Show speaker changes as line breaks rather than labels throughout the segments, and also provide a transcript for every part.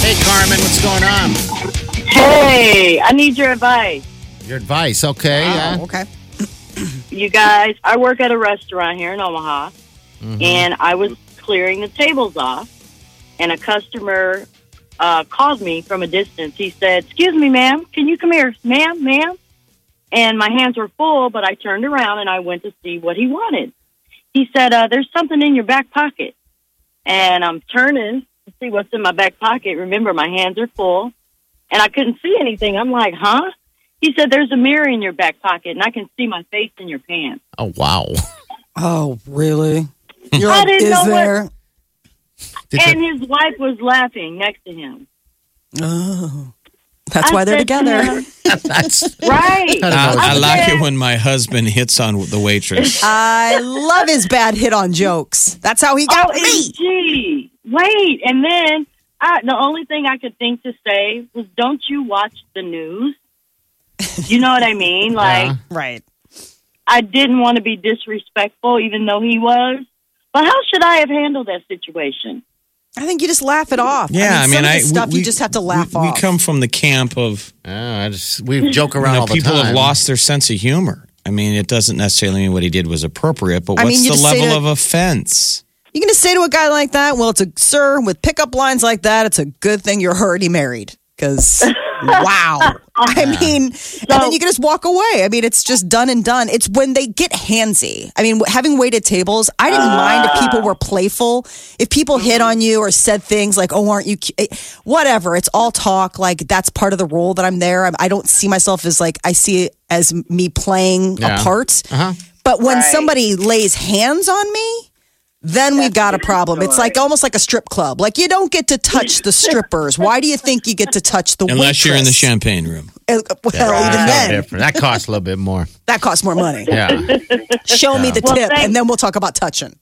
Hey, Carmen, what's going on?
Hey, I need your advice.
Your advice, okay? yeah.
Oh, okay.
You guys, I work at a restaurant here in Omaha, and I was clearing the tables off, and a customer uh, called me from a distance. He said, Excuse me, ma'am, can you come here? Ma'am, ma'am. And my hands were full, but I turned around and I went to see what he wanted. He said, uh, There's something in your back pocket. And I'm turning to see what's in my back pocket. Remember, my hands are full, and I couldn't see anything. I'm like, Huh? He said, There's a mirror in your back pocket, and I can see my face in your pants.
Oh, wow.
Oh, really? You're
I
like,
didn't
is
know what-
there?
Did
and
the-
his wife was laughing next to him.
Oh, that's
I
why they're
said to
together.
him,
that's
right.
I, I
I'm
like
dead.
it when my husband hits on the waitress.
I love his bad hit on jokes. That's how he
Oh,
got me.
OMG. Wait. And then I, the only thing I could think to say was, don't you watch the news? You know what I mean? Like,
Yeah.
Right.
I didn't want to be disrespectful, even though he was. But how should I have handled that situation?
I think you just laugh it off.
Yeah, I mean,
some
I,
of the stuff you just have to laugh
we,
off.
We come from the camp of
Oh, I just, we joke
you
around
know,
all the
people
time.
have lost their sense of humor. I mean, it doesn't necessarily mean what he did was appropriate, but
I
what's
mean, you
the
just say
level
that-
of offense?
You're going to say to a guy like that, well, it's a sir with pickup lines like that, it's a good thing you're already married. Because, wow. I mean, and then you can just walk away. I mean, it's just done and done. It's when they get handsy. I mean, having waited tables, I didn't mind if people were playful. If people hit on you or said things like, oh, aren't you, cu-" eh, whatever. It's all talk. Like, that's part of the role that I'm there. I, I don't see myself as like, I see it as me playing
Yeah.
a part.
Uh-huh.
But when
Right.
somebody lays hands on me, then we've got a problem. It's like almost like a strip club. Like you don't get to touch the strippers. Why do you think you get to touch the
Unless you're in the
waitress?
champagne room.
Uh, Well,
That's
even
something
then,
different. That costs a little bit more.
that costs more money.
Yeah.
Show me the
Well,
tip,
thank-
and then we'll talk about touching.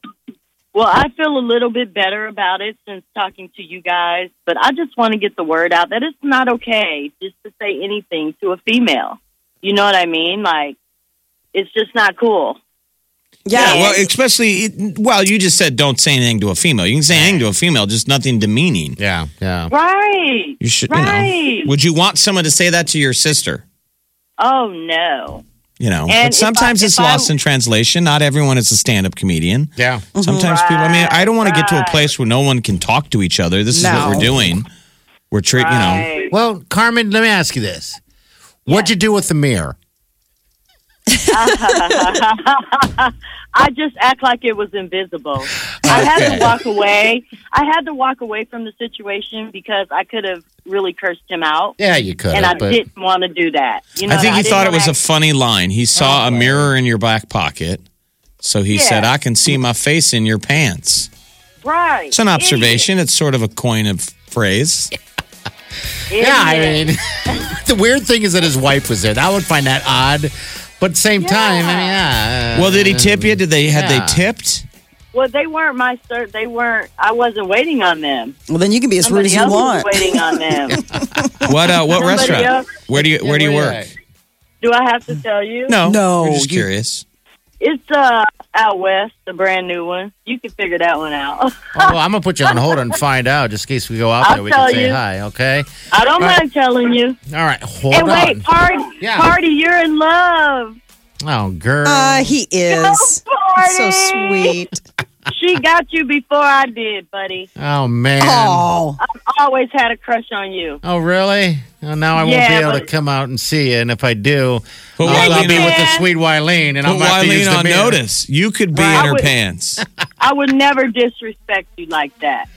Well, I feel a little bit better about it since talking to you guys, but I just want to get the word out that it's not okay just to say anything to a female. You know what I mean? Like, it's just not cool.
Yeah.
Uh, well, especially, it- well, you just said don't say anything to a female. You can say anything to a female, just nothing demeaning.
Yeah. Yeah.
Right.
You should, you
Right.
know. Would you want someone to say that to your sister?
Oh, no.
You know,
And
but
if
sometimes
I-
it's
if I-
lost in translation. Not everyone is a stand up comedian.
Yeah.
Sometimes people, I mean, I don't want to get to a
Right.
place where no one can talk to each other. This is
No.
what we're doing. We're treating, you know.
Right.
Well, Carmen, let me ask you this. What'd you do with the mirror?
I just act like it was invisible. I had to walk away. I had to walk away from the situation because I could have really cursed him out,
Yeah, you could
and I
have, but
didn't want to do that. You know,
I think he
didn't
thought it
wanna
was
act-
a funny line. He saw a mirror in your back pocket. So he said,
Yeah.
I can see my face in your pants.
right.
It's an observation. It's sort of a coin of phrase.
Idiot.
yeah, I
Idiot.
mean, the weird thing is that his wife was there. I would find that odd, but same time, I mean, yeah.
Well, did he tip you? Did they had
Yeah.
they tipped?
well, they weren't my sir. They weren't. I wasn't waiting on them.
Well, then you can be as rude
Somebody
as you
else was
want.
waiting on them.
What uh, what
Somebody
restaurant?
else-
Where do you where do you work?
Do I have to tell you?
No,
No,
We're just
you-
curious.
It's uh out west, the brand new one. You can figure that one out.
Oh, well, I'm gonna put you on hold and find out, just in case we go out
I'll
there. We can
tell
say
you.
hi, okay?
I don't
Right.
mind telling you.
All right, hold
and wait, party,
Yeah.
party, you're in love.
on. Oh, girl.
Uh, he is
party.
so sweet.
She got you before I did, buddy.
oh man.
Oh,
I've always had a crush on you.
Oh, really? Well, now I won't be
Yeah,
able to
but-
come out and see you, and if I do,
Put
I'll, I'll
Wileen,
be
you
on-
with the
can.
sweet Wileen, and
put
I'm about to use
Wileen
the
on
mirror.
notice. You could be
Right.
in her
I would-
pants.
I would never disrespect you like that.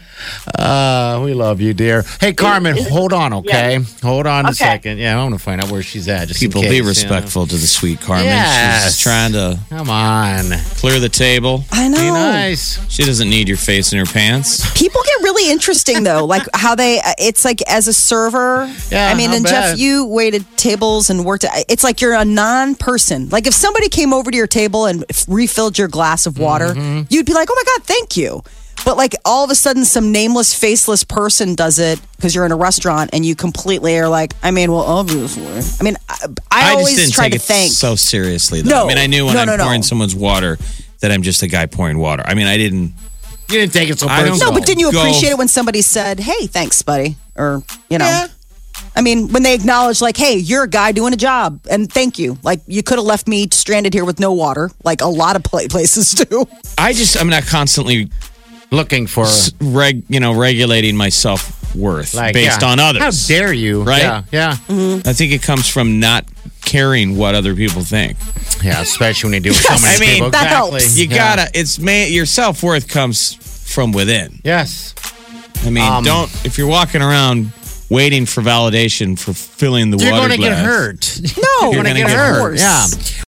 Uh, we love you, dear. Hey, Carmen, hold on, okay? Hold on a
Okay.
second. Yeah, I want to find out where she's at. Just in
People
case,
be
you know.
respectful to the sweet Carmen. She's
Yes.
just trying to
Come on.
clear the table.
I know.
Be nice.
She doesn't need your face in her pants.
People get really interesting though, like how they. uh, It's like as a server.
Yeah,
I mean,
I'll
and
bet.
Jeff, you waited tables and worked. uh, It's like you're a non-person. Like if somebody came over to your table and f- refilled your glass of water,
Mm-hmm.
you'd be like, "Oh my god, thank you." But like all of a sudden, some nameless, faceless person does it because you're in a restaurant and you completely are like, "I mean, well, obviously." I mean, I, I,
just
always
didn't
try
take
to
it
thank.
so seriously. Though.
No.
I mean, I knew when
No,
I'm
no, no.
pouring someone's water that I'm just a guy pouring water. I mean, I didn't.
You didn't take it so
I don't-
personal.
No, but didn't you
Go-
appreciate it when somebody said, "Hey, thanks, buddy," or you know? I mean, when they acknowledge, like, "Hey, you're a guy doing a job," and thank you. Like, you could have left me stranded here with no water, like a lot of pla- places do.
I just I'm not constantly
looking for
reg you know regulating my self worth
like
based
yeah.
on others.
How dare you?
Right?
Yeah, yeah,
I think it comes from not caring what other people think.
yeah. Especially when you deal with so many
I mean,
people.
Mm-hmm. that
exactly.
helps.
You
Yeah.
gotta. It's man. Your self worth comes from within.
Yes.
I mean,
Um,
don't if you're walking around waiting for validation for filling the
You're
water
going to get
glass,
hurt.
No,
You're
You're going to
gonna
get
get
hurt.
worse.
Yeah.